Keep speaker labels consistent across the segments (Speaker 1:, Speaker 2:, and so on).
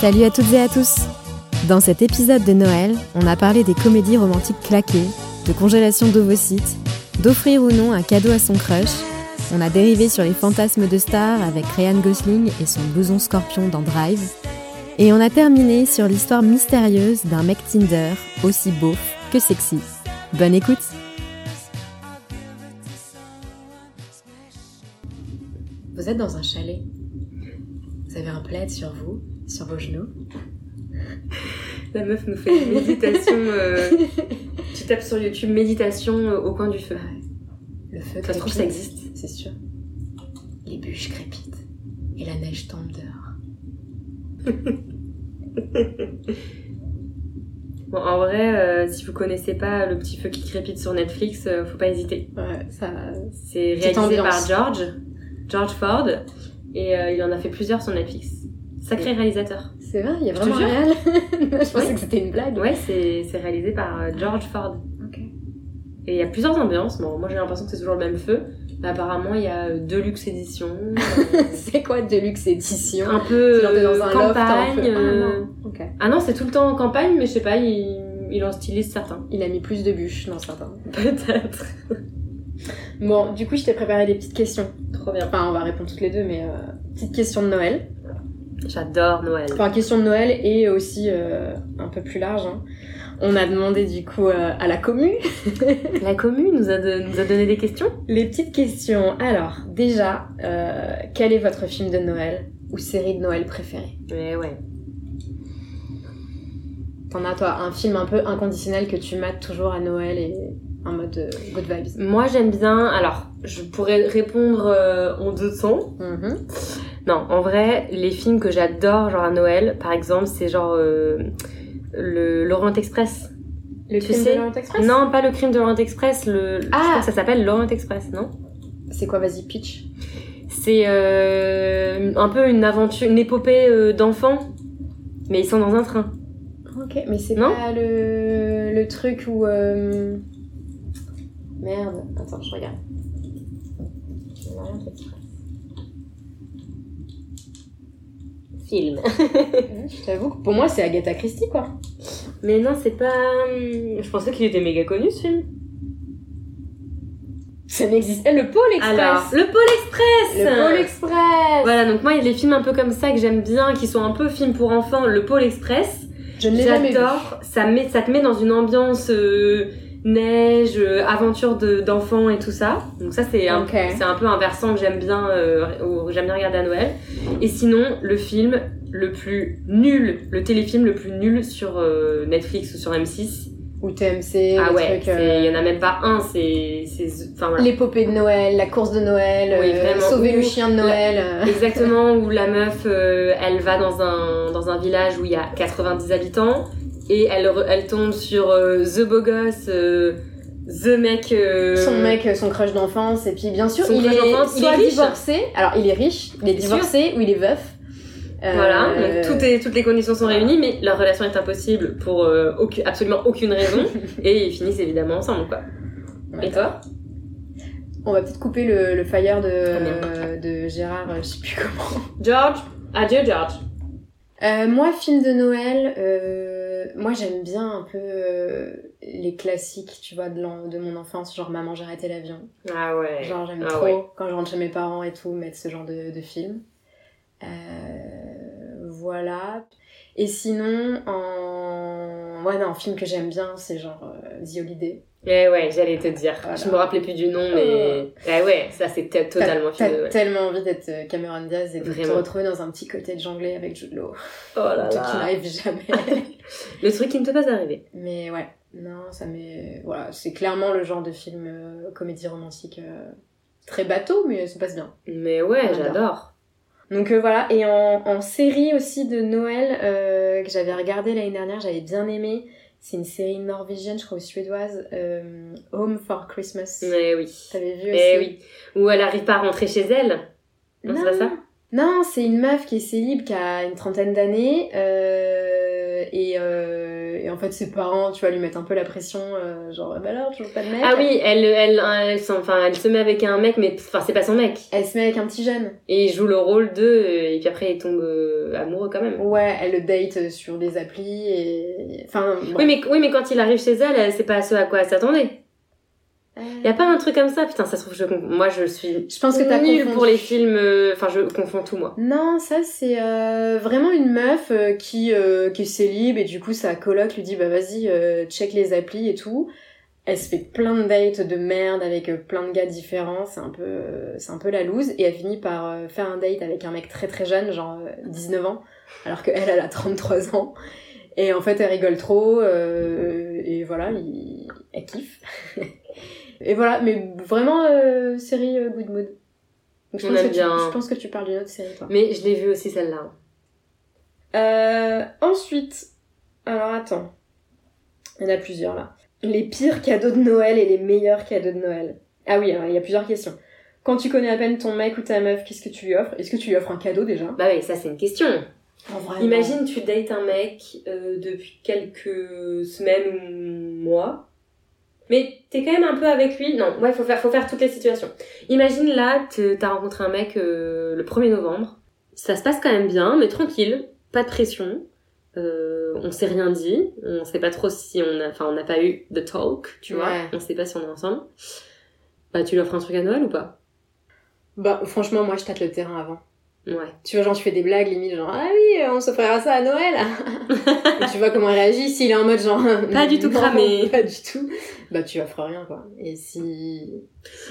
Speaker 1: Salut à toutes et à tous Dans cet épisode de Noël, on a parlé des comédies romantiques claquées, de congélation d'ovocytes, d'offrir ou non un cadeau à son crush. On a dérivé sur les fantasmes de stars avec Ryan Gosling et son blouson scorpion dans Drive. Et on a terminé sur l'histoire mystérieuse d'un mec Tinder aussi beau que sexy. Bonne écoute Vous êtes dans un chalet. Vous avez un plaid sur vous, sur vos genoux.
Speaker 2: La meuf nous fait des méditations. euh, tu tapes sur YouTube méditation euh, au coin du feu.
Speaker 1: Le feu
Speaker 2: Ça se trouve,
Speaker 1: crépite.
Speaker 2: ça existe, c'est sûr.
Speaker 1: Les bûches crépitent et la neige tombe dehors.
Speaker 2: Bon, en vrai, euh, si vous connaissez pas le petit feu qui crépite sur Netflix, euh, faut pas hésiter.
Speaker 3: Ouais, ça.
Speaker 2: C'est
Speaker 3: Petite
Speaker 2: réalisé par
Speaker 3: ambiance.
Speaker 2: George, George Ford, et euh, il en a fait plusieurs sur Netflix. Sacré réalisateur.
Speaker 3: C'est vrai, il y a
Speaker 2: Je te
Speaker 3: vraiment un
Speaker 2: jure.
Speaker 3: réel. je pensais
Speaker 2: Ouais.
Speaker 3: que c'était une blague.
Speaker 2: Ouais, c'est c'est réalisé par euh, George Ford.
Speaker 3: Ok.
Speaker 2: Et il y a plusieurs ambiances. Bon, moi j'ai l'impression que c'est toujours le même feu. Mais apparemment, il y a euh, Deluxe Edition. euh,
Speaker 3: C'est quoi Deluxe Edition
Speaker 2: un peu
Speaker 3: Genre, t'es
Speaker 2: euh,
Speaker 3: dans un loft, t'as un
Speaker 2: campagne.
Speaker 3: feu.
Speaker 2: euh,
Speaker 3: Ah, non. Ok.
Speaker 2: Ah non, c'est tout le temps en campagne, mais je sais pas, il, il en stylise certains.
Speaker 3: Il a mis plus de bûches dans certains.
Speaker 2: Peut-être.
Speaker 3: Bon, du coup, je t'ai préparé des petites questions.
Speaker 2: Trop bien.
Speaker 3: Enfin, on va répondre toutes les deux, mais euh, petites questions de Noël.
Speaker 2: J'adore Noël.
Speaker 3: Enfin, questions de Noël et aussi euh, un peu plus large. hein. On a demandé du coup euh, à la commu
Speaker 2: La commune nous a, don- nous a donné des questions.
Speaker 3: les petites questions. Alors, déjà, euh, quel est votre film de Noël ou série de Noël préférée
Speaker 2: Mais ouais.
Speaker 3: T'en as toi un film un peu inconditionnel que tu mates toujours à Noël et un mode euh, good vibes.
Speaker 2: Moi j'aime bien. Alors, je pourrais répondre euh, en deux temps.
Speaker 3: Mhm.
Speaker 2: Non, en vrai, les films que j'adore, genre à Noël, par exemple, c'est genre euh, le Laurent Express.
Speaker 3: Le
Speaker 2: Tu
Speaker 3: crime
Speaker 2: sais-
Speaker 3: de l'Orient Express
Speaker 2: Non, pas le crime de Laurent Express. Le...
Speaker 3: Ah
Speaker 2: Je crois que ça s'appelle Laurent Express, non
Speaker 3: C'est quoi, vas-y, pitch
Speaker 2: C'est euh, un peu une aventure, une épopée euh, d'enfants, mais ils sont dans un train.
Speaker 3: Ok, mais c'est
Speaker 2: Non
Speaker 3: pas le... le truc où. euh, Merde, attends, je regarde. L'Orient Express.
Speaker 2: Film.
Speaker 3: Je t'avoue que pour moi, c'est Agatha Christie, quoi.
Speaker 2: Mais non, c'est pas. hum, Je pensais qu'il était méga connu ce film.
Speaker 3: Ça n'existe. Eh, le Pôle Express
Speaker 2: Alors, le Pôle Express
Speaker 3: Le Pôle Express
Speaker 2: Voilà, donc moi, il y a des films un peu comme ça que j'aime bien, qui sont un peu films pour enfants. Le Pôle Express,
Speaker 3: Je ne l'ai jamais vu.
Speaker 2: j'adore. Ça, met- ça te met dans une ambiance euh, neige, euh, aventure de- d'enfants et tout ça. Donc, ça, c'est un,
Speaker 3: Ok.
Speaker 2: c'est un peu un versant que j'aime bien, euh, ou j'aime bien regarder à Noël. Et sinon, le film le plus nul, le téléfilm le plus nul sur euh, Netflix ou sur M6,
Speaker 3: Ou TMC,
Speaker 2: Ah
Speaker 3: le
Speaker 2: ouais,
Speaker 3: truc,
Speaker 2: il
Speaker 3: euh,
Speaker 2: y en a même pas un, c'est. c'est- Enfin voilà.
Speaker 3: L'épopée de Noël, la course de Noël,
Speaker 2: Oui,
Speaker 3: euh,
Speaker 2: vraiment.
Speaker 3: sauver
Speaker 2: Ou
Speaker 3: le chien de
Speaker 2: la-
Speaker 3: Noël. euh.
Speaker 2: Exactement, où la meuf, euh, elle va dans un, dans un village où il y a 90 habitants et elle, re- elle tombe sur euh, The Beau Gosse, euh, The Mec. euh,
Speaker 3: son mec, son crush d'enfance, et puis bien sûr,
Speaker 2: Son
Speaker 3: il
Speaker 2: crush
Speaker 3: est,
Speaker 2: d'enfance,
Speaker 3: il
Speaker 2: il est
Speaker 3: est
Speaker 2: riche.
Speaker 3: divorcé. Alors, il est riche, il est
Speaker 2: Bien sûr.
Speaker 3: divorcé ou il est veuf. Euh,
Speaker 2: Voilà, donc tout est- toutes les conditions sont réunies, mais leur relation est impossible pour euh, aucu- absolument aucune raison et ils finissent évidemment ensemble quoi.
Speaker 3: Ouais.
Speaker 2: Et toi
Speaker 3: On va peut-être couper le, le fire de,
Speaker 2: Très bien.
Speaker 3: euh, de Gérard, euh, je sais plus comment.
Speaker 2: George Adieu George
Speaker 3: Euh, moi, film de Noël, euh, moi j'aime bien un peu euh, les classiques, tu vois, de, l'en- de mon enfance, genre Maman, j'ai arrêté l'avion.
Speaker 2: Ah ouais.
Speaker 3: Genre, j'aime
Speaker 2: Ah
Speaker 3: trop
Speaker 2: ouais.
Speaker 3: quand je rentre chez mes parents et tout, mettre ce genre de, de film. Euh, voilà. Et sinon, en. Ouais, non, un film que j'aime bien, c'est genre euh, The Holiday.
Speaker 2: Eh ouais, j'allais te dire.
Speaker 3: Voilà.
Speaker 2: Je me rappelais plus du nom, mais. Ah ouais, ça c'est t-
Speaker 3: T'as-
Speaker 2: totalement
Speaker 3: T'as
Speaker 2: film de- ouais.
Speaker 3: tellement envie d'être euh, Cameron Diaz et de te
Speaker 2: Vraiment.
Speaker 3: retrouver dans un petit cottage anglais avec Jude Law.
Speaker 2: Oh là
Speaker 3: Truc qui
Speaker 2: là.
Speaker 3: n'arrive jamais.
Speaker 2: Le truc qui ne peut pas arriver.
Speaker 3: Mais ouais, non, ça m'est. Voilà, c'est clairement le genre de film euh, comédie romantique euh, très bateau, mais ça passe bien.
Speaker 2: Mais ouais,
Speaker 3: J'adore.
Speaker 2: j'adore.
Speaker 3: Donc euh, voilà, et en, en série aussi de Noël euh, que j'avais regardé l'année dernière, j'avais bien aimé. C'est une série norvégienne, je crois, ou suédoise, euh, Home for Christmas.
Speaker 2: Mais oui.
Speaker 3: T'avais vu aussi
Speaker 2: Eh oui. Ou elle arrive pas à rentrer chez elle. Non, c'est pas ça
Speaker 3: Non, c'est une meuf qui est célib, qui a une trentaine d'années, euh, et, euh, et en fait ses parents, tu vois, lui mettent un peu la pression, euh, genre, bah alors, toujours pas de mec.
Speaker 2: Ah oui, elle, elle, euh, elle, s'en- enfin, elle se met avec un mec, mais enfin, c'est pas son mec.
Speaker 3: Elle se met avec un petit jeune.
Speaker 2: Et il joue le rôle de. euh, Et puis après, il tombe euh, amoureux quand même.
Speaker 3: Ouais, elle le date euh, sur des applis et... Enfin,
Speaker 2: Oui mais, oui, mais quand il arrive chez elle, elle, c'est pas ce à quoi elle s'attendait. Y a pas un truc comme ça, putain, ça se trouve, je, con- moi je suis
Speaker 3: Je pense que t'as
Speaker 2: nulle
Speaker 3: confondu.
Speaker 2: pour les films, euh, enfin je confonds tout moi.
Speaker 3: Non, ça c'est euh, vraiment une meuf euh, qui, euh, qui est célib et du coup sa coloc lui dit bah vas-y euh, check les applis et tout. Elle se fait plein de dates de merde avec euh, plein de gars différents, c'est un peu euh, c'est un peu la loose et elle finit par euh, faire un date avec un mec très très jeune, genre euh, 19 ans, alors qu'elle elle a 33 ans. Et en fait elle rigole trop euh, et voilà, il- elle kiffe. et voilà, mais vraiment euh, série euh, good mood. Donc, je,
Speaker 2: On
Speaker 3: pense
Speaker 2: aime
Speaker 3: que tu-
Speaker 2: bien.
Speaker 3: je pense que tu parles d'une autre série toi.
Speaker 2: Mais je l'ai vu aussi celle-là.
Speaker 3: Euh, ensuite, alors attends, il y en a plusieurs là. Les pires cadeaux de Noël et les meilleurs cadeaux de Noël. Ah oui, alors, il y a plusieurs questions. Quand tu connais à peine ton mec ou ta meuf, qu'est-ce que tu lui offres Est-ce que tu lui offres un cadeau déjà
Speaker 2: Bah oui, ça c'est une question.
Speaker 3: En vrai.
Speaker 2: Imagine tu dates un mec euh, depuis quelques semaines ou mois, mais t'es quand même un peu avec lui. Non, ouais, faut faire, faut faire toutes les situations. Imagine là, te- t'as rencontré un mec euh, le 1er novembre. Ça se passe quand même bien, mais tranquille, pas de pression. Euh, on s'est rien dit, on sait pas trop si on a, enfin on n'a pas eu de talk, tu vois.
Speaker 3: Ouais.
Speaker 2: On sait pas si on est ensemble. Bah tu lui offres un truc à Noël ou pas
Speaker 3: Bah franchement, moi je tâte le terrain avant.
Speaker 2: Ouais.
Speaker 3: Tu vois, genre je fais des blagues limite, genre ah oui, euh, on s'offrira ça à Noël. et tu vois comment il réagit s'il est en mode genre
Speaker 2: Pas du tout
Speaker 3: non,
Speaker 2: cramé.
Speaker 3: Pas du tout. Bah tu offres rien quoi. Et si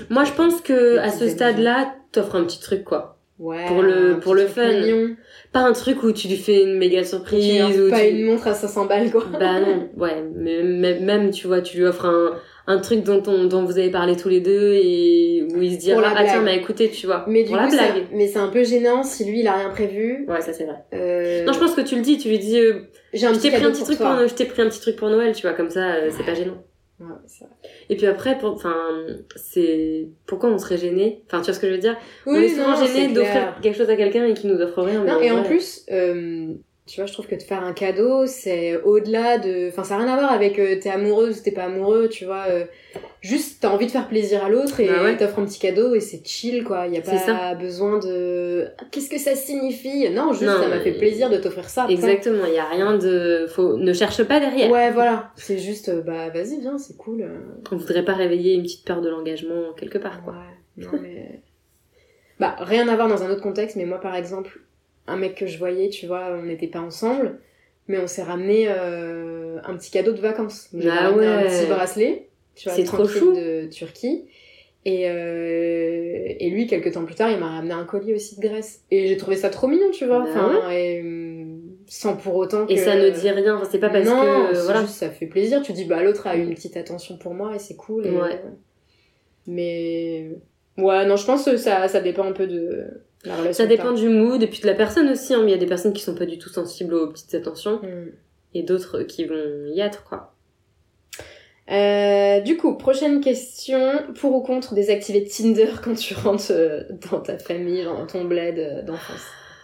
Speaker 2: Moi je pense que à ce
Speaker 3: Petits
Speaker 2: stade-là, t'offres un petit truc quoi.
Speaker 3: ouais
Speaker 2: Pour le-
Speaker 3: un
Speaker 2: pour
Speaker 3: petit
Speaker 2: le
Speaker 3: truc
Speaker 2: fun.
Speaker 3: mignon.
Speaker 2: Pas un truc où tu lui fais une méga
Speaker 3: Tu
Speaker 2: surprise
Speaker 3: leur
Speaker 2: ou
Speaker 3: fais pas
Speaker 2: tu-
Speaker 3: une montre à 500 balles quoi.
Speaker 2: Bah non, ouais, mais même, même, tu vois, tu lui offres un, un truc dont, on- dont vous avez parlé tous les deux et où il se dira
Speaker 3: Pour la
Speaker 2: ah tiens
Speaker 3: blague.
Speaker 2: mais écoutez tu vois
Speaker 3: Mais du
Speaker 2: pour la
Speaker 3: coup, c'est-
Speaker 2: blague.
Speaker 3: mais c'est un peu gênant si lui il a rien prévu.
Speaker 2: Ouais ça c'est vrai.
Speaker 3: Euh,
Speaker 2: Non je pense que tu le dis, tu lui dis euh,
Speaker 3: j'ai un
Speaker 2: je t'ai
Speaker 3: petit
Speaker 2: pris
Speaker 3: cadeau
Speaker 2: un petit
Speaker 3: pour
Speaker 2: truc
Speaker 3: toi.
Speaker 2: pour je t'ai pris un petit truc pour Noël tu vois comme ça euh, c'est pas gênant.
Speaker 3: Ouais, c'est vrai.
Speaker 2: Et puis après pour enfin c'est pourquoi on serait gêné enfin tu vois ce que je veux dire On
Speaker 3: Oui,
Speaker 2: est souvent
Speaker 3: non, c'est
Speaker 2: gêné
Speaker 3: clair.
Speaker 2: d'offrir quelque chose à quelqu'un et qui nous offre rien.
Speaker 3: Non,
Speaker 2: mais
Speaker 3: et en
Speaker 2: ouais.
Speaker 3: plus, euh, tu vois, je trouve que de faire un cadeau, c'est au-delà de. Enfin, ça n'a rien à voir avec euh, t'es amoureuse ou t'es pas amoureux, tu vois. euh, juste, t'as envie de faire plaisir à l'autre et
Speaker 2: Bah ouais.
Speaker 3: t'offres un petit cadeau et c'est chill, quoi. Il n'y a
Speaker 2: C'est
Speaker 3: pas
Speaker 2: ça.
Speaker 3: besoin de. Ah, Qu'est-ce que ça signifie Non, juste,
Speaker 2: Non,
Speaker 3: ça m'a
Speaker 2: mais-
Speaker 3: fait plaisir de t'offrir ça. point.
Speaker 2: exactement, il y a rien de faut ne cherche pas derrière.
Speaker 3: Ouais, voilà. C'est juste, euh, bah vas-y, viens, c'est cool. euh,
Speaker 2: On voudrait pas réveiller une petite peur de l'engagement quelque part, quoi.
Speaker 3: Ouais, non, mais... bah, rien à voir dans un autre contexte, mais moi par exemple, un mec que je voyais, tu vois, on n'était pas ensemble, mais on s'est ramené euh, un petit cadeau de vacances. J'ai
Speaker 2: Ah
Speaker 3: ramené un
Speaker 2: ouais.
Speaker 3: petit bracelet, tu vois,
Speaker 2: C'est trop
Speaker 3: tranquille
Speaker 2: chou.
Speaker 3: de Turquie. Et, euh, et lui, quelques temps plus tard, il m'a ramené un collier aussi de Grèce. Et j'ai trouvé ça trop mignon, tu vois.
Speaker 2: Bah
Speaker 3: enfin, et, hum, sans pour autant que...
Speaker 2: Et ça ne dit rien, enfin, c'est pas parce
Speaker 3: euh, non,
Speaker 2: que. euh,
Speaker 3: c'est
Speaker 2: voilà.
Speaker 3: juste, ça fait plaisir. Tu dis, bah, l'autre a eu une petite attention pour moi et c'est cool. et- euh,
Speaker 2: Ouais.
Speaker 3: Mais. Ouais, non, je pense que ça, ça dépend un peu de la
Speaker 2: Ça
Speaker 3: relation. que
Speaker 2: dépend du mood et puis de la personne aussi. hein. Mais Il y a des personnes qui sont pas du tout sensibles aux petites attentions
Speaker 3: t'as. Hmm.
Speaker 2: et d'autres qui vont y être, quoi.
Speaker 3: Euh, du coup, prochaine question. Pour ou contre désactiver Tinder quand tu rentres euh, dans ta famille, genre dans ton bled euh, d'enfance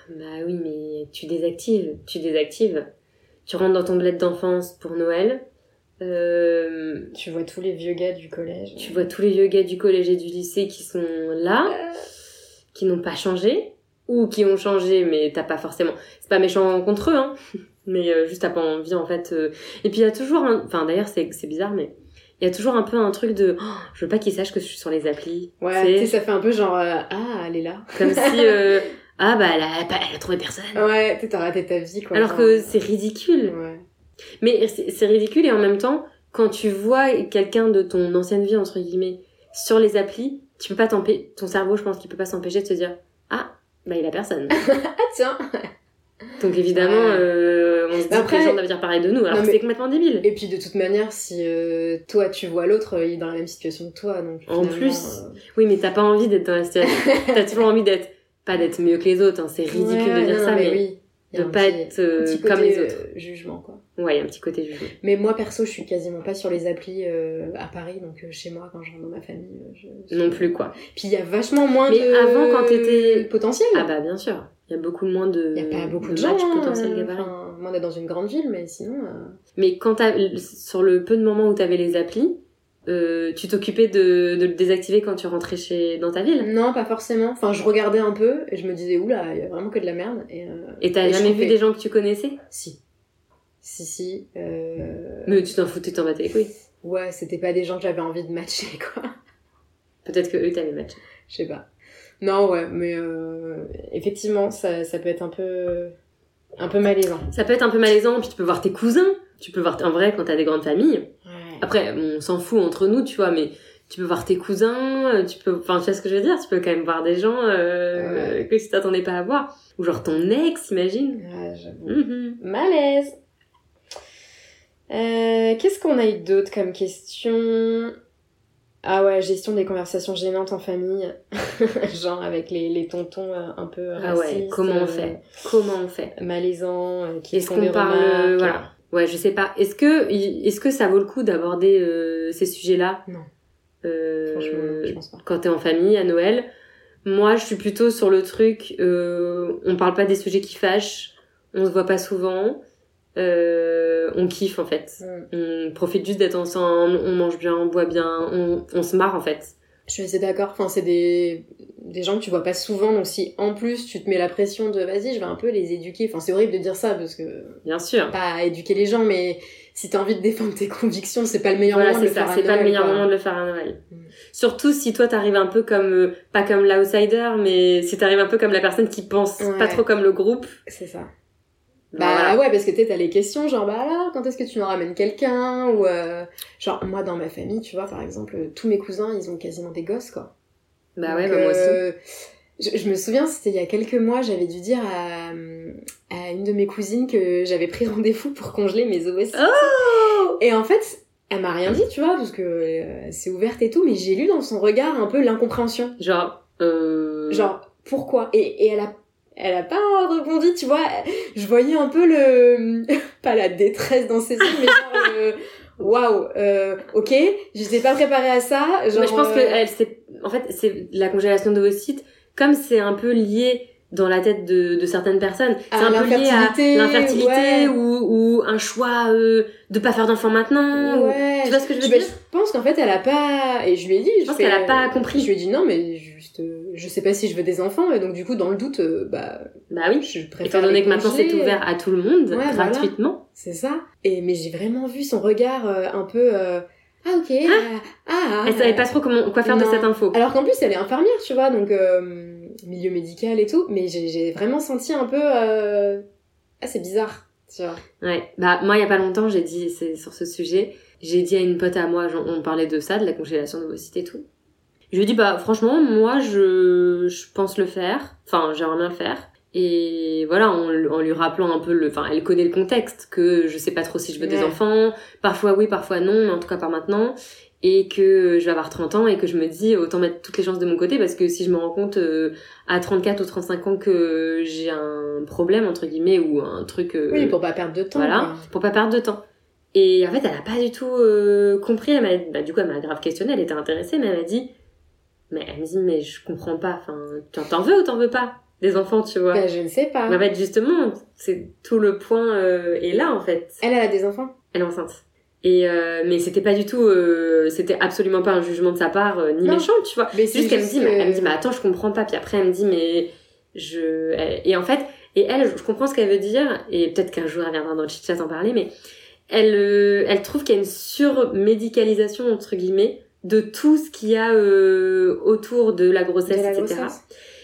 Speaker 2: Bah oui, mais tu désactives, tu désactives. Tu rentres dans ton bled d'enfance pour Noël. Euh,
Speaker 3: Tu vois tous les vieux gars du collège.
Speaker 2: tu vois tous les vieux gars du collège et du lycée qui sont là.
Speaker 3: Euh,
Speaker 2: qui n'ont pas changé ou qui ont changé mais t'as pas forcément c'est pas méchant contre eux hein mais euh, juste t'as pas envie en fait euh. et puis il y a toujours un... enfin d'ailleurs c'est c'est bizarre mais il y a toujours un peu un truc de Oh, je veux pas qu'ils sachent que je suis sur les applis
Speaker 3: Ouais,
Speaker 2: C'est
Speaker 3: tu sais, ça fait un peu genre, euh, ah, elle est là.
Speaker 2: comme si euh, ah bah elle a, pas- elle a trouvé personne
Speaker 3: Ouais, tu sais, t'as raté ta vie, quoi.
Speaker 2: alors
Speaker 3: genre.
Speaker 2: que c'est ridicule
Speaker 3: Ouais.
Speaker 2: mais c'est c'est ridicule et en même temps quand tu vois quelqu'un de ton ancienne vie, entre guillemets, sur les applis, tu peux pas t'empêcher, ton cerveau, je pense qu'il peut pas s'empêcher de se dire, ah, bah, il a personne.
Speaker 3: Ah tiens
Speaker 2: Donc, évidemment,
Speaker 3: Ouais.
Speaker 2: euh, on se dit
Speaker 3: Après-
Speaker 2: que les gens doivent dire pareil de nous, alors
Speaker 3: Non,
Speaker 2: que
Speaker 3: mais-
Speaker 2: c'est complètement débile.
Speaker 3: Et puis de toute manière, si euh, toi tu vois l'autre, il est dans la même situation que toi. Donc,
Speaker 2: En
Speaker 3: finalement,
Speaker 2: plus,
Speaker 3: euh,
Speaker 2: Oui, mais t'as pas envie d'être dans la situation. t'as toujours envie d'être, pas d'être mieux que les autres, hein, c'est ridicule
Speaker 3: ouais,
Speaker 2: de dire
Speaker 3: non,
Speaker 2: ça,
Speaker 3: non,
Speaker 2: mais,
Speaker 3: oui, il y
Speaker 2: de
Speaker 3: a un
Speaker 2: pas
Speaker 3: petit-
Speaker 2: être euh,
Speaker 3: petit
Speaker 2: comme
Speaker 3: côté,
Speaker 2: les autres.
Speaker 3: euh, jugement quoi.
Speaker 2: Ouais, il y a un petit côté jugement.
Speaker 3: Mais moi perso, je suis quasiment pas sur les applis euh, à Paris, donc euh, chez moi quand je rentre dans ma famille. euh, je-
Speaker 2: Non plus, quoi.
Speaker 3: Puis il y a vachement moins
Speaker 2: Mais
Speaker 3: de
Speaker 2: avant, quand t'étais-
Speaker 3: potentiel.
Speaker 2: Ah bah, bien sûr. Il y a beaucoup moins de,
Speaker 3: Il y a pas beaucoup de,
Speaker 2: de
Speaker 3: gens.
Speaker 2: matchs potentiels
Speaker 3: euh,
Speaker 2: qu'à Paris.
Speaker 3: enfin, moi, on est dans une grande ville, mais sinon. euh,
Speaker 2: Mais quand t'as- sur le peu de moments où t'avais les applis, euh, tu t'occupais de, de le désactiver quand tu rentrais chez dans ta ville.
Speaker 3: Non, pas forcément. Enfin, je regardais un peu et je me disais, oula, il y a vraiment que de la merde. Et, euh,
Speaker 2: Et t'as
Speaker 3: Et je
Speaker 2: jamais vu
Speaker 3: fais-
Speaker 2: des gens que tu connaissais
Speaker 3: si. Si, si. euh,
Speaker 2: Mais tu t'en foutais, t'en battais les couilles.
Speaker 3: Ouais, c'était pas des gens que j'avais envie de matcher, quoi.
Speaker 2: Peut-être que eux t'avaient matché.
Speaker 3: Je sais pas. Non, ouais, mais euh, effectivement, ça, ça peut être un peu. un peu malaisant.
Speaker 2: Ça peut être un peu malaisant, puis tu peux voir tes cousins. Tu peux voir, en vrai, quand t'as des grandes familles.
Speaker 3: Ouais.
Speaker 2: Après, on s'en fout entre nous, tu vois, mais tu peux voir tes cousins, euh, tu peux, enfin, tu vois ce que je veux dire, tu peux quand même voir des gens euh, que tu t'attendais pas à voir. Ou genre ton ex, imagine.
Speaker 3: Ouais, Ah, j'avoue.
Speaker 2: Mhm.
Speaker 3: Malaise. Euh, Qu'est-ce qu'on a eu d'autre comme question Ah ouais, gestion des conversations gênantes en famille, genre avec les, les tontons euh, un peu racistes.
Speaker 2: Ah ouais, comment on
Speaker 3: euh,
Speaker 2: fait Comment on fait
Speaker 3: Malaisants, euh, qui
Speaker 2: Est-ce
Speaker 3: font
Speaker 2: qu'on
Speaker 3: des
Speaker 2: parle,
Speaker 3: remarques.
Speaker 2: euh, voilà. Ouais, je sais pas. Est-ce que, est-ce que ça vaut le coup d'aborder euh, ces sujets-là
Speaker 3: Non.
Speaker 2: Euh,
Speaker 3: Franchement, non, je pense pas.
Speaker 2: quand t'es en famille à Noël. Moi, je suis plutôt sur le truc. Euh, on parle pas des sujets qui fâchent. On se voit pas souvent. euh, on kiffe en fait.
Speaker 3: Mm.
Speaker 2: On profite juste d'être ensemble. On mange bien, on boit bien, on, on se marre en fait.
Speaker 3: Je suis assez d'accord. Enfin, c'est des... des gens que tu vois pas souvent, donc si en plus tu te mets la pression de vas-y, je vais un peu les éduquer. Enfin, c'est horrible de dire ça parce que
Speaker 2: Bien sûr.
Speaker 3: pas à éduquer les gens, mais si t'as envie de défendre tes convictions, c'est pas le meilleur
Speaker 2: Voilà,
Speaker 3: moment de
Speaker 2: c'est
Speaker 3: le
Speaker 2: ça.
Speaker 3: faire à
Speaker 2: C'est pas le
Speaker 3: Noël,
Speaker 2: meilleur
Speaker 3: quoi.
Speaker 2: moment de le faire à Noël.
Speaker 3: Mm.
Speaker 2: Surtout si toi t'arrives un peu comme euh, pas comme l'outsider, mais si t'arrives un peu comme la personne qui pense pas
Speaker 3: Ouais.
Speaker 2: trop comme le groupe.
Speaker 3: C'est ça.
Speaker 2: ben
Speaker 3: Bah
Speaker 2: voilà.
Speaker 3: ouais, parce que tu sais, t'as les questions genre, bah alors, quand est-ce que tu nous ramènes quelqu'un Ou euh, genre, moi dans ma famille, tu vois, par exemple, euh, tous mes cousins, ils ont quasiment des gosses, quoi.
Speaker 2: Bah ouais,
Speaker 3: Donc,
Speaker 2: bah moi aussi.
Speaker 3: euh, je, je me souviens, c'était il y a quelques mois, j'avais dû dire à, à une de mes cousines que j'avais pris rendez-vous pour congeler mes ovocytes.
Speaker 2: Oh
Speaker 3: et en fait, elle m'a rien dit, tu vois, parce que euh, c'est ouverte et tout, mais j'ai lu dans son regard un peu l'incompréhension.
Speaker 2: Genre. Euh...
Speaker 3: Genre, pourquoi et, et elle a elle a pas répondu, tu vois. Je voyais un peu le. pas la détresse dans ses yeux, mais genre. le, Waouh, euh, ok, j'étais pas préparée à ça. Genre,
Speaker 2: Mais je pense que
Speaker 3: euh,
Speaker 2: elle, c'est, en fait, c'est la congélation de vos sites, comme c'est un peu lié dans la tête de, de certaines personnes, c'est
Speaker 3: À
Speaker 2: un peu lié à
Speaker 3: l'infertilité,
Speaker 2: l'infertilité
Speaker 3: ouais.
Speaker 2: ou, ou un choix euh, de pas faire d'enfant maintenant. ou-
Speaker 3: ouais,
Speaker 2: Tu vois ce que je veux
Speaker 3: je, bah,
Speaker 2: dire
Speaker 3: je pense qu'en fait, elle a pas. Et je lui ai dit. Je,
Speaker 2: pense
Speaker 3: fais,
Speaker 2: qu'elle a pas
Speaker 3: euh,
Speaker 2: compris.
Speaker 3: Je lui ai dit non, mais juste. euh, je sais pas si je veux des enfants, et donc du coup, dans le doute, euh, bah.
Speaker 2: Bah oui.
Speaker 3: Je préfère.
Speaker 2: Étant donné
Speaker 3: les
Speaker 2: que maintenant c'est
Speaker 3: congeler.
Speaker 2: ouvert à tout le monde,
Speaker 3: Ouais, voilà.
Speaker 2: gratuitement.
Speaker 3: C'est ça. Et, mais j'ai vraiment vu son regard euh, un peu. euh, ah, ok. Ah, ah,
Speaker 2: Elle savait pas trop comment, quoi faire de
Speaker 3: Non.
Speaker 2: cette info.
Speaker 3: Alors qu'en plus, elle est infirmière, tu vois, donc euh, milieu médical et tout, mais j'ai- j'ai vraiment senti un peu. euh, Ah, c'est bizarre, tu vois.
Speaker 2: Ouais. Bah, moi, il y a pas longtemps, j'ai dit, c'est sur ce sujet, j'ai dit à une pote à moi, genre, on parlait de ça, de la congélation de vos sites et tout. Je lui ai dit, bah, franchement, moi, je, je pense le faire. Enfin, j'aimerais bien le faire. Et voilà, en, en lui rappelant un peu le, enfin, elle connaît le contexte, que je sais pas trop si je veux des
Speaker 3: Ouais.
Speaker 2: enfants, parfois oui, parfois non, mais en tout cas pas maintenant. Et que je vais avoir 30 ans et que je me dis, autant mettre toutes les chances de mon côté parce que si je me rends compte euh, à 34 ou 35 ans que j'ai un problème, entre guillemets, ou un truc. euh,
Speaker 3: Oui, pour pas perdre de temps.
Speaker 2: voilà. pour pas perdre de temps. Et en fait, elle a pas du tout euh, compris. Elle m'a, bah, du coup, elle m'a grave questionnée. Elle était intéressée, mais elle m'a dit, mais elle me dit, mais je comprends pas. Enfin, t'en- t'en veux ou t'en veux pas des enfants, tu vois.
Speaker 3: quoi. Bah, je ne sais pas.
Speaker 2: Mais en fait, justement, c'est tout le point euh, est là en fait.
Speaker 3: Elle, elle a des enfants.
Speaker 2: Elle est enceinte. Et euh, mais c'était pas du tout, euh, c'était absolument pas un jugement de sa part euh, ni
Speaker 3: Non.
Speaker 2: méchant, tu vois.
Speaker 3: Mais
Speaker 2: C'est juste qu'elle me dit,
Speaker 3: que-
Speaker 2: mais, elle me dit, bah, mais attends, je comprends pas. Puis après, elle me dit, mais je. elle- Et en fait, et elle, je comprends ce qu'elle veut dire, et peut-être qu'un jour elle viendra dans le chit-chat en parler, mais elle, euh, elle trouve qu'il y a une surmédicalisation, entre guillemets, de tout ce qu'il y a euh, autour de la
Speaker 3: de
Speaker 2: grossesse,
Speaker 3: la
Speaker 2: etc.
Speaker 3: grossesse.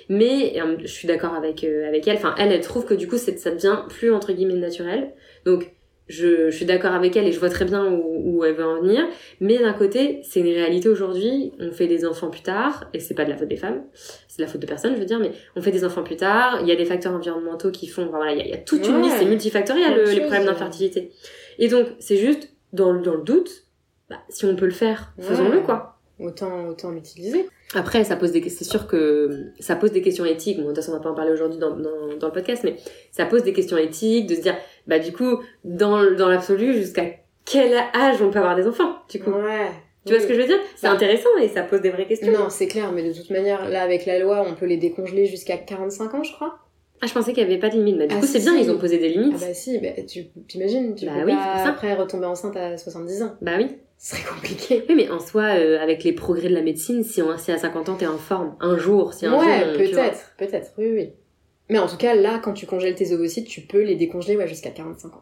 Speaker 2: Mais et, euh, je suis d'accord avec, euh, avec elle, enfin, elle, elle trouve que du coup, c'est- ça devient plus, entre guillemets, naturel. Donc, je, je suis d'accord avec elle et je vois très bien où, où elle veut en venir. Mais d'un côté, c'est une réalité aujourd'hui. On fait des enfants plus tard, et c'est pas de la faute des femmes, c'est de la faute de personne, je veux dire, mais on fait des enfants plus tard. Il y a des facteurs environnementaux qui font, voilà, il y a, il y a toute une
Speaker 3: Ouais.
Speaker 2: liste, c'est multifactoriel le-
Speaker 3: Autre
Speaker 2: les
Speaker 3: chose,
Speaker 2: problèmes
Speaker 3: ouais.
Speaker 2: d'infertilité. Et donc, c'est juste dans, le- dans le doute, bah, si on peut le faire,
Speaker 3: Ouais.
Speaker 2: faisons-le quoi.
Speaker 3: Autant, autant l'utiliser.
Speaker 2: Après, ça pose des, c'est sûr que ça pose des questions éthiques. Bon, de toute façon, on va pas en parler aujourd'hui dans, dans, dans le podcast, mais ça pose des questions éthiques de se dire, bah, du coup, dans, le- dans l'absolu, jusqu'à quel âge on peut avoir des enfants, du coup.
Speaker 3: Ouais.
Speaker 2: Tu vois ce que je veux dire? C'est
Speaker 3: Bah.
Speaker 2: intéressant et ça pose des vraies questions.
Speaker 3: Non, c'est clair, mais de toute manière, là, avec la loi, on peut les décongeler jusqu'à 45 ans, je crois.
Speaker 2: Ah, je pensais qu'il y avait pas de limite. Bah, du
Speaker 3: Ah,
Speaker 2: coup, c'est
Speaker 3: si.
Speaker 2: bien, ils ont posé des
Speaker 3: Ah
Speaker 2: limites.
Speaker 3: bah si, bah, tu t'imagines, tu
Speaker 2: Bah
Speaker 3: peux
Speaker 2: oui,
Speaker 3: pas
Speaker 2: c'est ça.
Speaker 3: après retomber enceinte à 70 ans.
Speaker 2: bah oui.
Speaker 3: Ce serait compliqué.
Speaker 2: Oui, mais en soi, euh, avec les progrès de la médecine, si, on, si à 50 ans t'es en forme, un jour, si un jour.
Speaker 3: ouais,
Speaker 2: euh, tu vois.
Speaker 3: peut-être, peut-être, oui, oui. Mais en tout cas, là, quand tu congèles tes ovocytes, tu peux les décongeler ouais, jusqu'à 45 ans.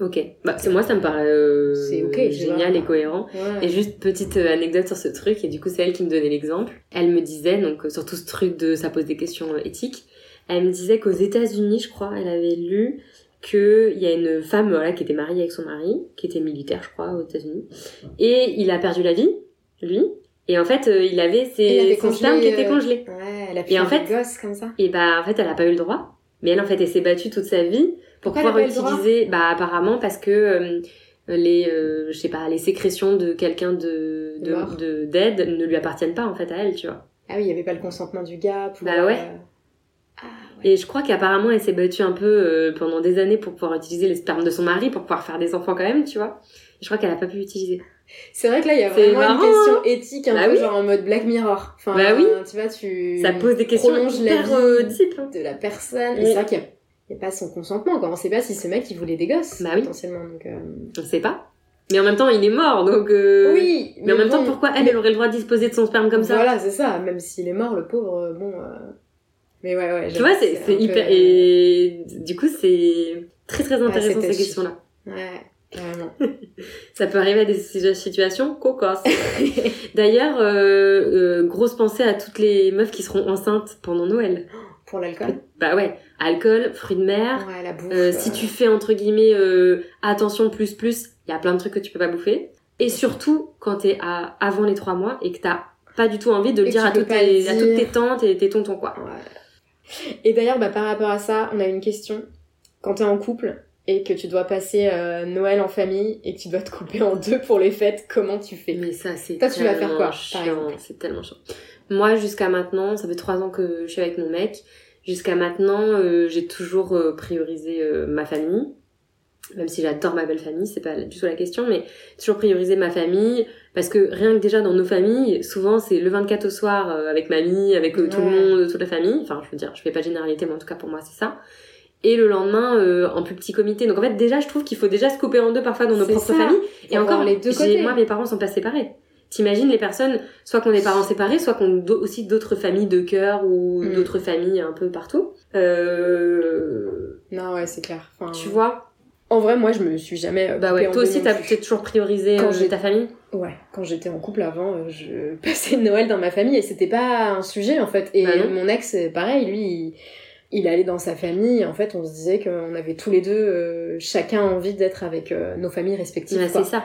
Speaker 2: Ok. Bah, c'est moi, ça me paraît, euh,
Speaker 3: C'est ok, tu
Speaker 2: génial
Speaker 3: vois.
Speaker 2: et cohérent.
Speaker 3: Ouais.
Speaker 2: Et juste petite euh, anecdote sur ce truc, et du coup c'est elle qui me donnait l'exemple. Elle me disait, donc euh, sur tout ce truc de ça pose des questions euh, éthiques, elle me disait qu'aux États-Unis, je crois, elle avait lu qu'il y a une femme voilà, qui était mariée avec son mari, qui était militaire, je crois, aux États-Unis, et il a perdu la vie, lui, et en fait euh, il avait ses,
Speaker 3: Il avait
Speaker 2: son
Speaker 3: congelé,
Speaker 2: sperme qui était
Speaker 3: euh,
Speaker 2: congelé.
Speaker 3: Ouais, elle a
Speaker 2: Et
Speaker 3: pu
Speaker 2: en
Speaker 3: en fait...
Speaker 2: fait-
Speaker 3: gosse comme ça.
Speaker 2: Et bah en fait elle a pas eu le droit, mais elle en fait elle s'est battue toute sa vie pour
Speaker 3: Pourquoi elle a
Speaker 2: pouvoir
Speaker 3: pas eu le droit
Speaker 2: utiliser, bah apparemment parce que euh, les, euh, je sais pas, les sécrétions de quelqu'un de de-
Speaker 3: Mort.
Speaker 2: de- d'aide ne lui appartiennent pas en fait à elle, tu vois.
Speaker 3: Ah oui, il n'y avait pas le consentement du gars pour...
Speaker 2: Bah ouais.
Speaker 3: euh, Ah ouais.
Speaker 2: Et je crois qu'apparemment elle s'est battue un peu euh, pendant des années pour pouvoir utiliser les spermes de son mari pour pouvoir faire des enfants quand même, tu vois. Et je crois qu'elle a pas pu l'utiliser.
Speaker 3: C'est vrai que là, il y a
Speaker 2: C'est
Speaker 3: vraiment
Speaker 2: marrant,
Speaker 3: une question éthique, un
Speaker 2: Bah
Speaker 3: peu
Speaker 2: oui.
Speaker 3: genre en mode Black Mirror. Enfin,
Speaker 2: Bah oui.
Speaker 3: tu vois, tu...
Speaker 2: Ça pose des questions
Speaker 3: prolonges Mmh. la
Speaker 2: hyper
Speaker 3: vie.
Speaker 2: euh, deep, hein.
Speaker 3: de la personne.
Speaker 2: Oui.
Speaker 3: Et c'est vrai qu'il n'y a, il y a pas son consentement, quoi. On sait pas si ce mec, il voulait des gosses,
Speaker 2: Bah oui.
Speaker 3: potentiellement. Donc, euh,
Speaker 2: On sait pas. Mais en même temps il est mort donc. euh,
Speaker 3: Oui,
Speaker 2: Mais en même temps
Speaker 3: bon,
Speaker 2: pourquoi elle
Speaker 3: mais-
Speaker 2: elle aurait le droit de disposer de son sperme comme ça
Speaker 3: Voilà, c'est ça. Même s'il est mort, le pauvre, euh, bon... euh, Mais ouais, ouais.
Speaker 2: Tu
Speaker 3: j'avoue
Speaker 2: vois,
Speaker 3: que
Speaker 2: c'est c'est
Speaker 3: un peu- euh,
Speaker 2: hyper. Et du coup, c'est très très intéressant
Speaker 3: c'était
Speaker 2: ces
Speaker 3: chi-
Speaker 2: questions-là.
Speaker 3: Ouais, carrément.
Speaker 2: Ça peut arriver à des situ- situations cocasses. D'ailleurs, euh, euh, grosse pensée à toutes les meufs qui seront enceintes pendant Noël.
Speaker 3: Pour l'alcool
Speaker 2: Bah ouais, alcool, fruits de mer.
Speaker 3: Ouais, la bouffe.
Speaker 2: euh,
Speaker 3: euh,
Speaker 2: si tu fais entre guillemets euh, attention plus plus, il y a plein de trucs que tu peux pas bouffer. Et surtout quand t'es à avant les trois mois et que t'as pas du tout envie de le
Speaker 3: Et que
Speaker 2: dire,
Speaker 3: tu
Speaker 2: à
Speaker 3: peux
Speaker 2: toutes,
Speaker 3: pas
Speaker 2: tes,
Speaker 3: le
Speaker 2: à toutes
Speaker 3: dire.
Speaker 2: tes tantes et tes tontons quoi.
Speaker 3: Ouais. Et d'ailleurs, bah, par rapport à ça, on a une question. Quand t'es en couple et que tu dois passer euh, Noël en famille et que tu dois te couper en deux pour les fêtes, comment tu fais
Speaker 2: Mais ça, c'est
Speaker 3: Toi, tu vas
Speaker 2: tellement
Speaker 3: faire quoi, par
Speaker 2: chiant.
Speaker 3: exemple
Speaker 2: C'est tellement chiant. Moi, jusqu'à maintenant, ça fait trois ans que je suis avec mon mec. Jusqu'à maintenant, euh, j'ai toujours euh, priorisé euh, ma famille. Même si j'adore ma belle famille, c'est pas du tout la question, mais toujours prioriser ma famille. Parce que rien que déjà dans nos familles, souvent c'est le 24 au soir euh, avec mamie, avec euh, tout le
Speaker 3: Ouais.
Speaker 2: monde, toute la famille. Enfin, je veux dire, je fais pas de généralité, mais en tout cas pour moi, c'est ça. Et le lendemain, euh, en plus petit comité. Donc en fait, déjà, je trouve qu'il faut déjà se couper en deux parfois dans nos
Speaker 3: C'est
Speaker 2: propres
Speaker 3: ça.
Speaker 2: familles.
Speaker 3: Faut
Speaker 2: Et
Speaker 3: voir
Speaker 2: encore,
Speaker 3: les deux
Speaker 2: j'ai-
Speaker 3: côtés.
Speaker 2: moi, mes parents sont pas séparés. T'imagines les personnes, soit qu'on est parents séparés, soit qu'on do- aussi d'autres familles de cœur ou
Speaker 3: Mm.
Speaker 2: d'autres familles un peu partout. Euh,
Speaker 3: Non, ouais, c'est clair. Enfin,
Speaker 2: Tu vois
Speaker 3: En vrai, moi, je me suis jamais. euh,
Speaker 2: Bah
Speaker 3: coupée
Speaker 2: ouais,
Speaker 3: en
Speaker 2: toi
Speaker 3: deux
Speaker 2: aussi,
Speaker 3: non
Speaker 2: t'as
Speaker 3: plus.
Speaker 2: peut-être toujours priorisé
Speaker 3: Quand
Speaker 2: euh,
Speaker 3: j'ai-
Speaker 2: ta famille
Speaker 3: Ouais, quand j'étais en couple avant, euh, je passais Noël dans ma famille et c'était pas un sujet en fait. Et
Speaker 2: Bah non.
Speaker 3: mon ex, euh, pareil, lui, il, il allait dans sa famille. En fait, on se disait qu'on avait tous les deux euh, chacun envie d'être avec euh, nos familles respectives.
Speaker 2: Ouais,
Speaker 3: quoi.
Speaker 2: Bah, c'est ça.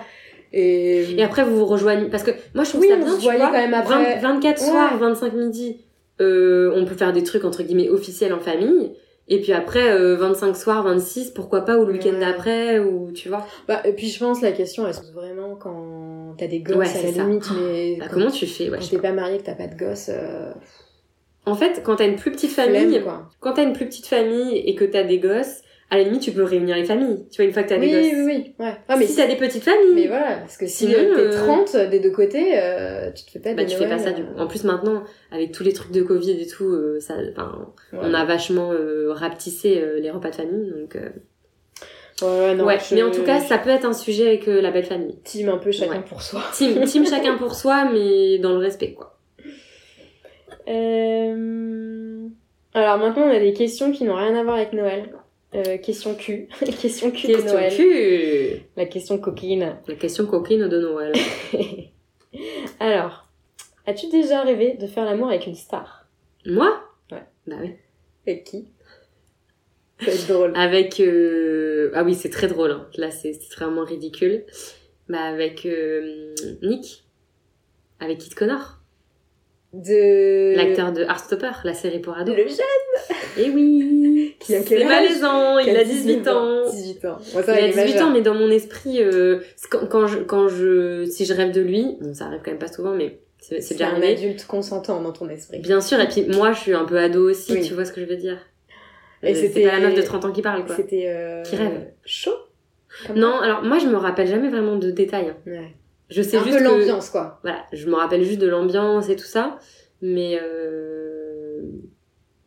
Speaker 3: Et,
Speaker 2: Et après, vous vous rejoignez. Parce que moi, je trouve
Speaker 3: oui,
Speaker 2: ça
Speaker 3: on
Speaker 2: bien,
Speaker 3: se
Speaker 2: tu
Speaker 3: voyait
Speaker 2: vois.
Speaker 3: quand même après.
Speaker 2: 20 24
Speaker 3: Ouais.
Speaker 2: soir, 25 midi, euh, on peut faire des trucs entre guillemets officiels en famille. Et puis après, euh, 25 soir, 26, pourquoi pas, ou le week-end
Speaker 3: Ouais.
Speaker 2: d'après, ou tu vois.
Speaker 3: Bah, et puis je pense la question, elle se pose vraiment quand t'as des gosses
Speaker 2: Ouais,
Speaker 3: à
Speaker 2: c'est
Speaker 3: la
Speaker 2: ça.
Speaker 3: limite, mais
Speaker 2: Bah,
Speaker 3: quand-
Speaker 2: comment tu fais ouais, je
Speaker 3: quand
Speaker 2: sais
Speaker 3: t'es
Speaker 2: pas.
Speaker 3: pas marié, que t'as pas de gosses, euh,
Speaker 2: En fait, quand t'as une plus petite
Speaker 3: flemme,
Speaker 2: famille,
Speaker 3: quoi.
Speaker 2: quand t'as une plus petite famille et que t'as des gosses, à la limite, tu peux réunir les familles. Tu vois, une fois que t'as
Speaker 3: Oui,
Speaker 2: des
Speaker 3: oui,
Speaker 2: gosses.
Speaker 3: oui, ouais. Ah, mais
Speaker 2: si t'as des petites familles,
Speaker 3: Mais voilà, parce que si
Speaker 2: Sinon,
Speaker 3: euh, t'es
Speaker 2: euh,
Speaker 3: 30 des deux côtés, euh, tu te fais pas
Speaker 2: bah,
Speaker 3: des
Speaker 2: tu fais pas
Speaker 3: Noël,
Speaker 2: ça du
Speaker 3: euh,
Speaker 2: coup. En plus, maintenant, avec tous les trucs de Covid et tout, euh, ça, enfin,
Speaker 3: ouais.
Speaker 2: on a vachement euh, rapetissé euh, les repas de famille. Donc, euh,
Speaker 3: Ouais, ouais, non,
Speaker 2: ouais.
Speaker 3: je-
Speaker 2: Mais en tout cas,
Speaker 3: je
Speaker 2: ça peut être un sujet avec euh, la belle famille.
Speaker 3: team un peu chacun
Speaker 2: Ouais.
Speaker 3: pour soi.
Speaker 2: Team, team chacun pour soi, mais dans le respect, quoi.
Speaker 3: Euh, Alors maintenant, on a des questions qui n'ont rien à voir avec Noël. Euh, question Q. question Q de
Speaker 2: Question
Speaker 3: Noël.
Speaker 2: cul
Speaker 3: La question coquine.
Speaker 2: La question coquine de Noël.
Speaker 3: Alors, as-tu déjà rêvé de faire l'amour avec une star
Speaker 2: Moi
Speaker 3: Ouais.
Speaker 2: Bah oui.
Speaker 3: Avec qui Ça va être drôle.
Speaker 2: avec euh, ah oui c'est très drôle hein. là c'est c'est vraiment ridicule bah avec euh, Nick avec Kit Connor
Speaker 3: De...
Speaker 2: l'acteur de Heartstopper la série pour ados
Speaker 3: Euh, Le jeune
Speaker 2: et oui
Speaker 3: Qui a quel
Speaker 2: c'est
Speaker 3: âge
Speaker 2: malaisant il
Speaker 3: qui
Speaker 2: a 18 ans
Speaker 3: 18 ans. Ouais,
Speaker 2: il
Speaker 3: ça va,
Speaker 2: a 18
Speaker 3: majeur.
Speaker 2: ans mais dans mon esprit euh, c'est quand, quand je quand je si je rêve de lui bon ça arrive quand même pas souvent mais c'est c'est
Speaker 3: C'est
Speaker 2: déjà
Speaker 3: un
Speaker 2: arrivé
Speaker 3: adulte consentant dans ton esprit.
Speaker 2: bien sûr et puis moi je suis un peu ado aussi
Speaker 3: Oui.
Speaker 2: tu vois ce que je veux dire
Speaker 3: Et
Speaker 2: Euh, c'est
Speaker 3: c'était-
Speaker 2: pas la meuf de 30 ans qui parle quoi
Speaker 3: C'était... euh,
Speaker 2: Qui rêve.
Speaker 3: Chaud comme
Speaker 2: non alors moi je me rappelle jamais vraiment de détails hein.
Speaker 3: ça. Ouais.
Speaker 2: je sais
Speaker 3: Un
Speaker 2: juste
Speaker 3: peu
Speaker 2: que-
Speaker 3: l'ambiance, quoi.
Speaker 2: voilà, je me rappelle juste de l'ambiance et tout ça, mais euh...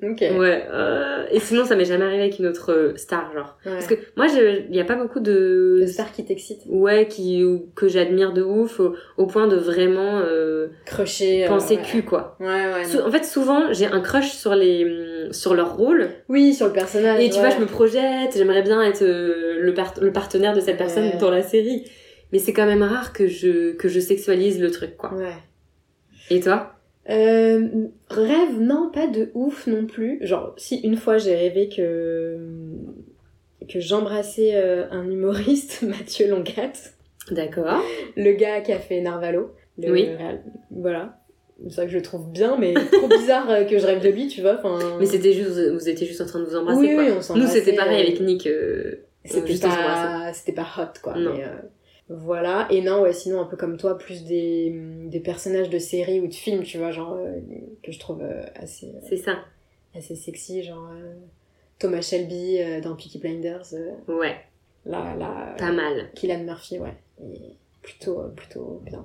Speaker 3: Ok.
Speaker 2: ouais. euh, Et sinon, ça m'est jamais arrivé avec une autre euh, star, genre.
Speaker 3: Ouais.
Speaker 2: Parce que moi, je- il n'y a pas beaucoup de
Speaker 3: Le star qui t'excite.
Speaker 2: ouais qui ou- que j'admire de ouf au, au point de vraiment euh,
Speaker 3: Crochet. euh,
Speaker 2: penser
Speaker 3: ouais.
Speaker 2: cul quoi.
Speaker 3: Ouais, ouais.
Speaker 2: Sou- en fait, souvent, j'ai un crush sur les hum, sur leur rôle
Speaker 3: Oui, sur le personnage.
Speaker 2: et tu vois,
Speaker 3: Ah, ouais.
Speaker 2: je me projette. J'aimerais bien être euh, le, par- le partenaire de cette personne
Speaker 3: Ouais.
Speaker 2: dans la série. Mais c'est quand même rare que je que je sexualise le truc quoi.
Speaker 3: Ouais.
Speaker 2: Et toi
Speaker 3: Euh, rêve, non, pas de ouf non plus. Genre, si une fois j'ai rêvé que que j'embrassais euh, un humoriste, Mathieu Longat,
Speaker 2: D'accord.
Speaker 3: le gars qui a fait Narvalo. le
Speaker 2: Oui.
Speaker 3: réal- Voilà. C'est vrai que je le trouve bien, mais trop bizarre euh, que je rêve de lui, tu vois. Enfin,
Speaker 2: Mais c'était juste, vous- vous étiez juste en train de vous embrasser,
Speaker 3: Oui,
Speaker 2: quoi.
Speaker 3: oui, on s'embrassait,
Speaker 2: Nous, c'était pareil
Speaker 3: euh,
Speaker 2: avec Nick. euh,
Speaker 3: c'était
Speaker 2: juste on
Speaker 3: pas,
Speaker 2: s'embrassait.
Speaker 3: c'était pas hot, quoi.
Speaker 2: Non.
Speaker 3: mais, euh, voilà. Et non, ouais, sinon, un peu comme toi, plus des, mm, des personnages de séries ou de films, tu vois, genre, euh, que je trouve euh, assez.
Speaker 2: C'est ça.
Speaker 3: assez sexy, genre euh, Thomas Shelby euh, dans Peaky Blinders, euh,
Speaker 2: Ouais,
Speaker 3: là, là, euh,
Speaker 2: pas mal.
Speaker 3: Killian Murphy, ouais, Et plutôt, euh, plutôt bien.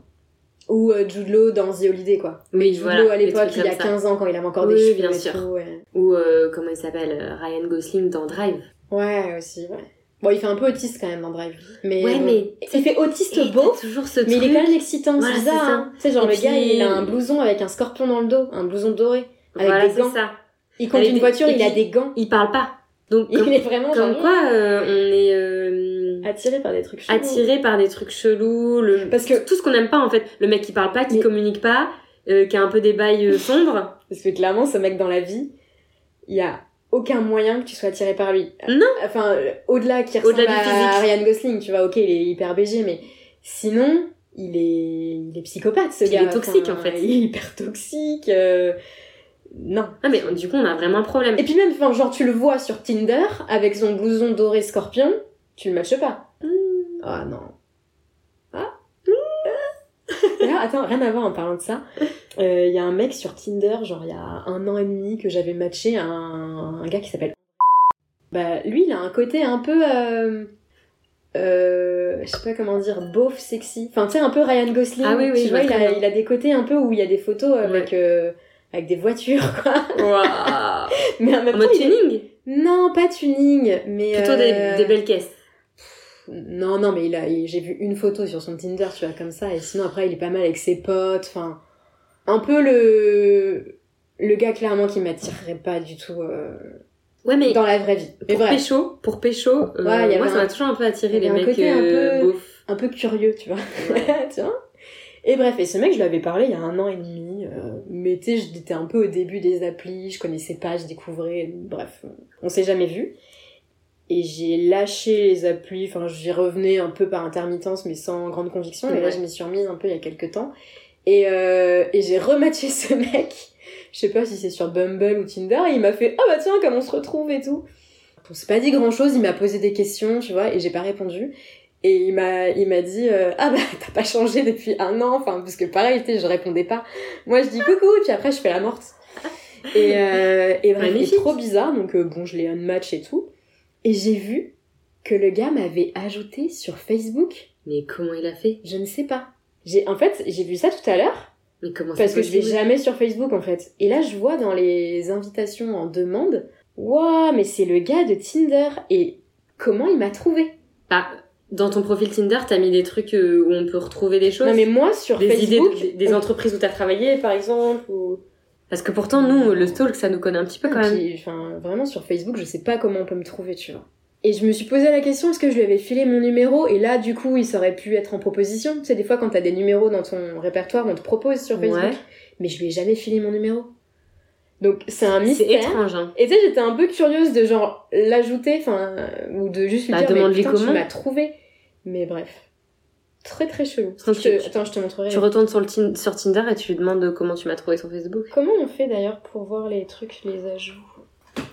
Speaker 3: Ou euh, Jude Law dans The Holiday, quoi.
Speaker 2: Oui,
Speaker 3: Jude
Speaker 2: voilà,
Speaker 3: Law à
Speaker 2: des
Speaker 3: l'époque,
Speaker 2: trucs
Speaker 3: il y a
Speaker 2: comme ça.
Speaker 3: 15 ans quand il avait encore des
Speaker 2: Oui,
Speaker 3: cheveux
Speaker 2: bien
Speaker 3: et
Speaker 2: sûr.
Speaker 3: tout, ouais.
Speaker 2: Ou, euh, comment il s'appelle euh, Ryan Gosling dans Drive.
Speaker 3: Ouais, aussi, ouais. Bon, il fait un peu autiste quand même dans Drive. Mais,
Speaker 2: ouais,
Speaker 3: bon.
Speaker 2: mais...
Speaker 3: euh, Il fait
Speaker 2: Et
Speaker 3: autiste
Speaker 2: t'as
Speaker 3: beau,
Speaker 2: toujours ce
Speaker 3: mais
Speaker 2: truc.
Speaker 3: il est quand même excitant,
Speaker 2: Voilà,
Speaker 3: c'est
Speaker 2: c'est
Speaker 3: bizarre.
Speaker 2: ça.
Speaker 3: hein. Tu sais, genre
Speaker 2: Et
Speaker 3: le gars,
Speaker 2: puis-
Speaker 3: il a un blouson avec un scorpion dans le dos, un blouson doré, avec
Speaker 2: Voilà,
Speaker 3: des gants.
Speaker 2: c'est ça.
Speaker 3: Il conduit
Speaker 2: Avec
Speaker 3: une
Speaker 2: des-
Speaker 3: voiture,
Speaker 2: et
Speaker 3: il a
Speaker 2: puis-
Speaker 3: des gants.
Speaker 2: Il parle pas. Donc,
Speaker 3: Il
Speaker 2: comme,
Speaker 3: est vraiment
Speaker 2: comme
Speaker 3: genre,
Speaker 2: quoi, euh, on est... euh,
Speaker 3: attiré par des trucs chelous.
Speaker 2: attiré par des trucs chelous, le...
Speaker 3: Ah, Parce que-
Speaker 2: tout ce qu'on n'aime pas en fait, le mec qui parle pas, qui
Speaker 3: Mais-
Speaker 2: communique pas, euh, qui a un peu des bails euh, sombres,
Speaker 3: Parce que clairement, ce mec dans la vie, il y a aucun moyen que tu sois attiré par lui.
Speaker 2: Non.
Speaker 3: Enfin, au-delà qu'il ressemble
Speaker 2: Au-delà du
Speaker 3: à
Speaker 2: physique.
Speaker 3: Ryan Gosling, tu vois, ok, il est hyper BG, mais sinon, il est, il est psychopathe, ce
Speaker 2: Il
Speaker 3: gars.
Speaker 2: est toxique, en fait.
Speaker 3: Il est hyper toxique. euh, Non.
Speaker 2: ah mais du coup on a vraiment un problème.
Speaker 3: Et puis même, enfin, genre, tu le vois sur Tinder, avec son blouson doré scorpion, tu le matches pas.
Speaker 2: Hmm.
Speaker 3: Ah non. Ah. D'ailleurs, attends, rien à voir en parlant de ça. Il y a un mec sur Tinder, genre il y a un an et demi, que j'avais matché à un, un gars qui s'appelle. Bah, lui, il a un côté un peu. Euh, euh, je sais pas comment dire, beauf sexy. Enfin, tu sais, un peu Ryan Gosling.
Speaker 2: Ah oui, oui,
Speaker 3: tu
Speaker 2: je
Speaker 3: vois,
Speaker 2: vois
Speaker 3: il
Speaker 2: très
Speaker 3: a,
Speaker 2: bien.
Speaker 3: il a des côtés un peu où il y a des photos avec, euh, avec des voitures, quoi.
Speaker 2: Waouh.
Speaker 3: Mais en même
Speaker 2: En
Speaker 3: temps,
Speaker 2: mode
Speaker 3: il est-
Speaker 2: tuning
Speaker 3: non, pas tuning, mais.
Speaker 2: Plutôt
Speaker 3: euh,
Speaker 2: des, des belles caisses.
Speaker 3: Non, non, mais il a, il- j'ai vu une photo sur son Tinder, tu vois, comme ça, et sinon après, il est pas mal avec ses potes, enfin. Un peu le. Le gars clairement qui m'attirerait pas du tout euh,
Speaker 2: Ouais, mais
Speaker 3: dans la vraie vie. Mais
Speaker 2: pour
Speaker 3: vrai,
Speaker 2: pécho, pour pécho, euh,
Speaker 3: Ouais, il y avait
Speaker 2: moi ça
Speaker 3: un-
Speaker 2: m'a toujours un peu attiré
Speaker 3: il y
Speaker 2: les
Speaker 3: avait un
Speaker 2: mecs
Speaker 3: côté un
Speaker 2: euh,
Speaker 3: peu-
Speaker 2: beaufs.
Speaker 3: un peu curieux, tu vois.
Speaker 2: Ouais.
Speaker 3: tu vois et bref, et ce mec, je lui avais parlé il y a un an et demi, euh, mais tu sais, j'étais un peu au début des applis, je connaissais pas, je découvrais, bref, on s'est jamais vu. Et j'ai lâché les applis, enfin j'y revenais un peu par intermittence, mais sans grande conviction, et là
Speaker 2: Ouais.
Speaker 3: je m'y suis remise un peu il y a quelques temps. Et, euh, et j'ai rematché ce mec, je sais pas si c'est sur Bumble ou Tinder, et il m'a fait « Ah bah tiens, comme on se retrouve et tout !» On s'est pas dit grand chose, il m'a posé des questions, tu vois, et j'ai pas répondu. Et il m'a, il m'a dit, euh, ah bah t'as pas changé depuis un an, enfin, parce que pareil, tu sais, je répondais pas. Moi je dis coucou, et puis après je fais la morte. Et, euh, et bref,
Speaker 2: Magnifique.
Speaker 3: c'est trop bizarre, donc euh, bon, je l'ai unmatch et tout. Et j'ai vu que le gars m'avait ajouté sur Facebook,
Speaker 2: Mais comment il a fait
Speaker 3: je ne sais pas. J'ai, en fait, j'ai vu ça tout à l'heure,
Speaker 2: Mais comment
Speaker 3: parce
Speaker 2: c'est
Speaker 3: que je vais
Speaker 2: possible
Speaker 3: jamais sur Facebook en fait. Et là, je vois dans les invitations en demande, waouh, mais c'est le gars de Tinder et comment il m'a trouvé
Speaker 2: Bah, dans ton profil Tinder, t'as mis des trucs euh, où on peut retrouver des choses
Speaker 3: Non mais moi sur
Speaker 2: Des idées,
Speaker 3: Facebook,
Speaker 2: de- des, des
Speaker 3: on-
Speaker 2: entreprises où t'as travaillé par exemple ou... Parce que pourtant, nous, le stalk, ça nous connaît un petit peu quand
Speaker 3: Et
Speaker 2: même.
Speaker 3: puis, enfin, vraiment sur Facebook, je sais pas comment on peut me trouver, tu vois. Et je me suis posé la question, est-ce que je lui avais filé mon numéro Et là, du coup, il aurait pu être en proposition. Tu sais, des fois, quand t'as des numéros dans ton répertoire, on te propose sur Facebook.
Speaker 2: Ouais.
Speaker 3: Mais je lui ai jamais filé mon numéro. Donc c'est un
Speaker 2: C'est
Speaker 3: mystère.
Speaker 2: étrange, hein.
Speaker 3: Et tu sais, j'étais un peu curieuse de genre l'ajouter, enfin, euh, ou de juste lui
Speaker 2: Bah,
Speaker 3: dire, mais
Speaker 2: demande-lui
Speaker 3: putain, tu
Speaker 2: comment.
Speaker 3: m'as trouvé. Mais bref. Très très chelou.
Speaker 2: Attends,
Speaker 3: Je te-
Speaker 2: tu-
Speaker 3: Attends, je te montrerai.
Speaker 2: Tu retournes sur, le Tin- sur Tinder et tu lui demandes comment tu m'as trouvé sur Facebook.
Speaker 3: Comment on fait d'ailleurs pour voir les trucs, les ajouts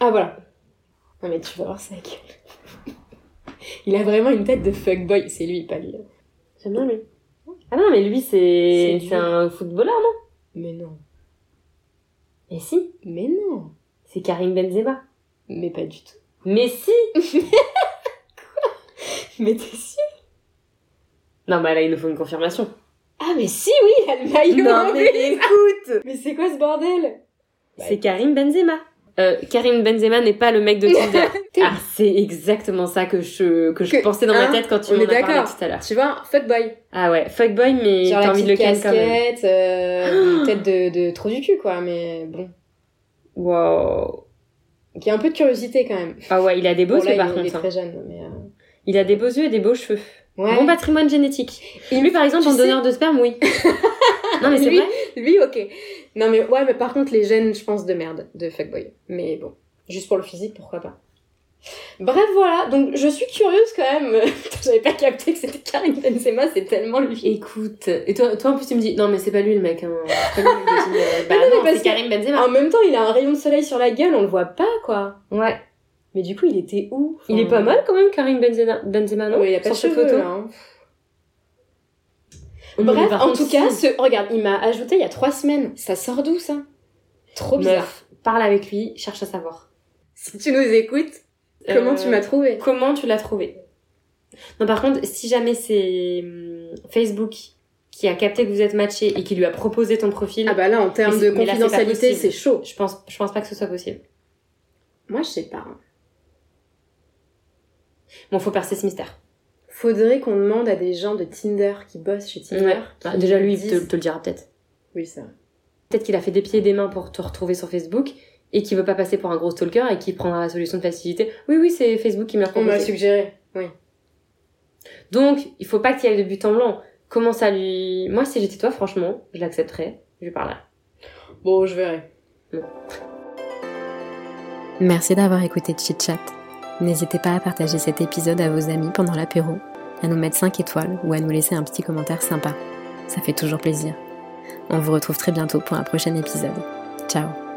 Speaker 3: Ah voilà. Non mais tu vas voir sa gueule. Il a vraiment une tête de fuckboy, c'est lui, pas lui.
Speaker 2: J'aime bien lui. Ah non, mais lui,
Speaker 3: C'est
Speaker 2: c'est
Speaker 3: du-
Speaker 2: c'est un footballeur, non
Speaker 3: Mais non.
Speaker 2: Mais si,
Speaker 3: Mais non.
Speaker 2: c'est Karim Benzema.
Speaker 3: Mais pas du tout.
Speaker 2: Mais si
Speaker 3: Mais t'es sûr
Speaker 2: Non, mais là, il nous faut une confirmation.
Speaker 3: Ah mais si, oui, il a le maillot en plus.
Speaker 2: écoute
Speaker 3: Mais c'est quoi ce bordel Bah,
Speaker 2: C'est Karim Benzema. Euh, Karim Benzema n'est pas le mec de Tinder. ah, c'est exactement ça que je, que je
Speaker 3: Que-
Speaker 2: pensais dans ma
Speaker 3: hein,
Speaker 2: tête quand tu
Speaker 3: on
Speaker 2: m'en
Speaker 3: est
Speaker 2: as parlé
Speaker 3: d'accord.
Speaker 2: tout à l'heure.
Speaker 3: Tu vois, fuckboy.
Speaker 2: Ah ouais, fuckboy, mais
Speaker 3: Genre
Speaker 2: t'as
Speaker 3: la
Speaker 2: envie de
Speaker 3: petite
Speaker 2: le ken quand même.
Speaker 3: casquette, euh, une tête de, de trop du cul quoi, mais bon.
Speaker 2: Wow.
Speaker 3: Donc il y a un peu de curiosité quand même.
Speaker 2: Ah ouais, il a des beaux
Speaker 3: Bon, là,
Speaker 2: yeux
Speaker 3: il,
Speaker 2: par
Speaker 3: il est
Speaker 2: contre. hein.
Speaker 3: très jeune, mais... euh,
Speaker 2: Il a des beaux yeux et des beaux cheveux.
Speaker 3: Ouais.
Speaker 2: Bon patrimoine génétique.
Speaker 3: Il-
Speaker 2: Lui, par exemple,
Speaker 3: tu
Speaker 2: en
Speaker 3: sais-
Speaker 2: donneur de sperme, oui. non, mais c'est
Speaker 3: Lui-
Speaker 2: vrai.
Speaker 3: Lui, ok. Non, mais ouais, mais par contre, les gènes, je pense, de merde, de fuckboy. Mais bon, juste pour le physique, pourquoi pas. Bref, voilà, donc je suis curieuse quand même. Putain, J'avais pas capté que c'était Karim Benzema, c'est tellement lui.
Speaker 2: Écoute, et toi, toi en plus tu me dis, non mais c'est pas lui le mec. Hein. C'est pas lui le mec de Tinder. bah
Speaker 3: Mais non, mais
Speaker 2: non,
Speaker 3: parce
Speaker 2: c'est Karim Benzema.
Speaker 3: En même temps, il a un rayon de soleil sur la gueule, on le voit pas, Ah, quoi.
Speaker 2: Ah, Ouais.
Speaker 3: Mais du coup, il était où
Speaker 2: Il est pas mal quand même Karim Benzema, Benzema non
Speaker 3: Ouais, il a pas de
Speaker 2: Sur cette
Speaker 3: cheveux,
Speaker 2: photo.
Speaker 3: là, hein.
Speaker 2: Oui, mais
Speaker 3: Bref,
Speaker 2: par
Speaker 3: en
Speaker 2: contre,
Speaker 3: tout cas,
Speaker 2: si.
Speaker 3: ce... regarde, il m'a ajouté il y a trois semaines. Ça sort d'où, ça Trop bizarre.
Speaker 2: Meuf, parle avec lui, cherche à savoir.
Speaker 3: Si tu nous écoutes, comment
Speaker 2: Euh,
Speaker 3: tu m'as trouvé
Speaker 2: Comment tu l'as trouvé Non, par contre, si jamais c'est hum, Facebook qui a capté que vous êtes matché et qui lui a proposé ton profil,
Speaker 3: Ah bah là, en termes
Speaker 2: c'est-
Speaker 3: de
Speaker 2: mais là, c'est pas
Speaker 3: confidentialité,
Speaker 2: possible.
Speaker 3: c'est chaud.
Speaker 2: je pense, je pense pas que ce soit possible.
Speaker 3: Moi, je sais pas. hein.
Speaker 2: Bon, faut percer ce mystère.
Speaker 3: Faudrait qu'on demande à des gens de Tinder qui bossent chez Tinder. qui
Speaker 2: Bah, déjà lui, il
Speaker 3: disent-
Speaker 2: te, te le dira peut-être.
Speaker 3: Oui, ça.
Speaker 2: Peut-être qu'il a fait des pieds et des mains pour te retrouver sur Facebook et qu'il veut pas passer pour un gros stalker et qu'il prendra la solution de facilité. Oui, oui, c'est Facebook qui m'a
Speaker 3: On m'a
Speaker 2: proposé.
Speaker 3: suggéré. Oui.
Speaker 2: Donc, il faut pas qu'il y aille de but en blanc. Comment ça lui... Moi, si j'étais toi, franchement, je l'accepterais. Je lui parlerais.
Speaker 3: Bon, je verrai.
Speaker 1: Merci d'avoir écouté Chit Chat. N'hésitez pas à partager cet épisode à vos amis pendant l'apéro, à nous mettre 5 étoiles ou à nous laisser un petit commentaire sympa. Ça fait toujours plaisir. On vous retrouve très bientôt pour un prochain épisode. Ciao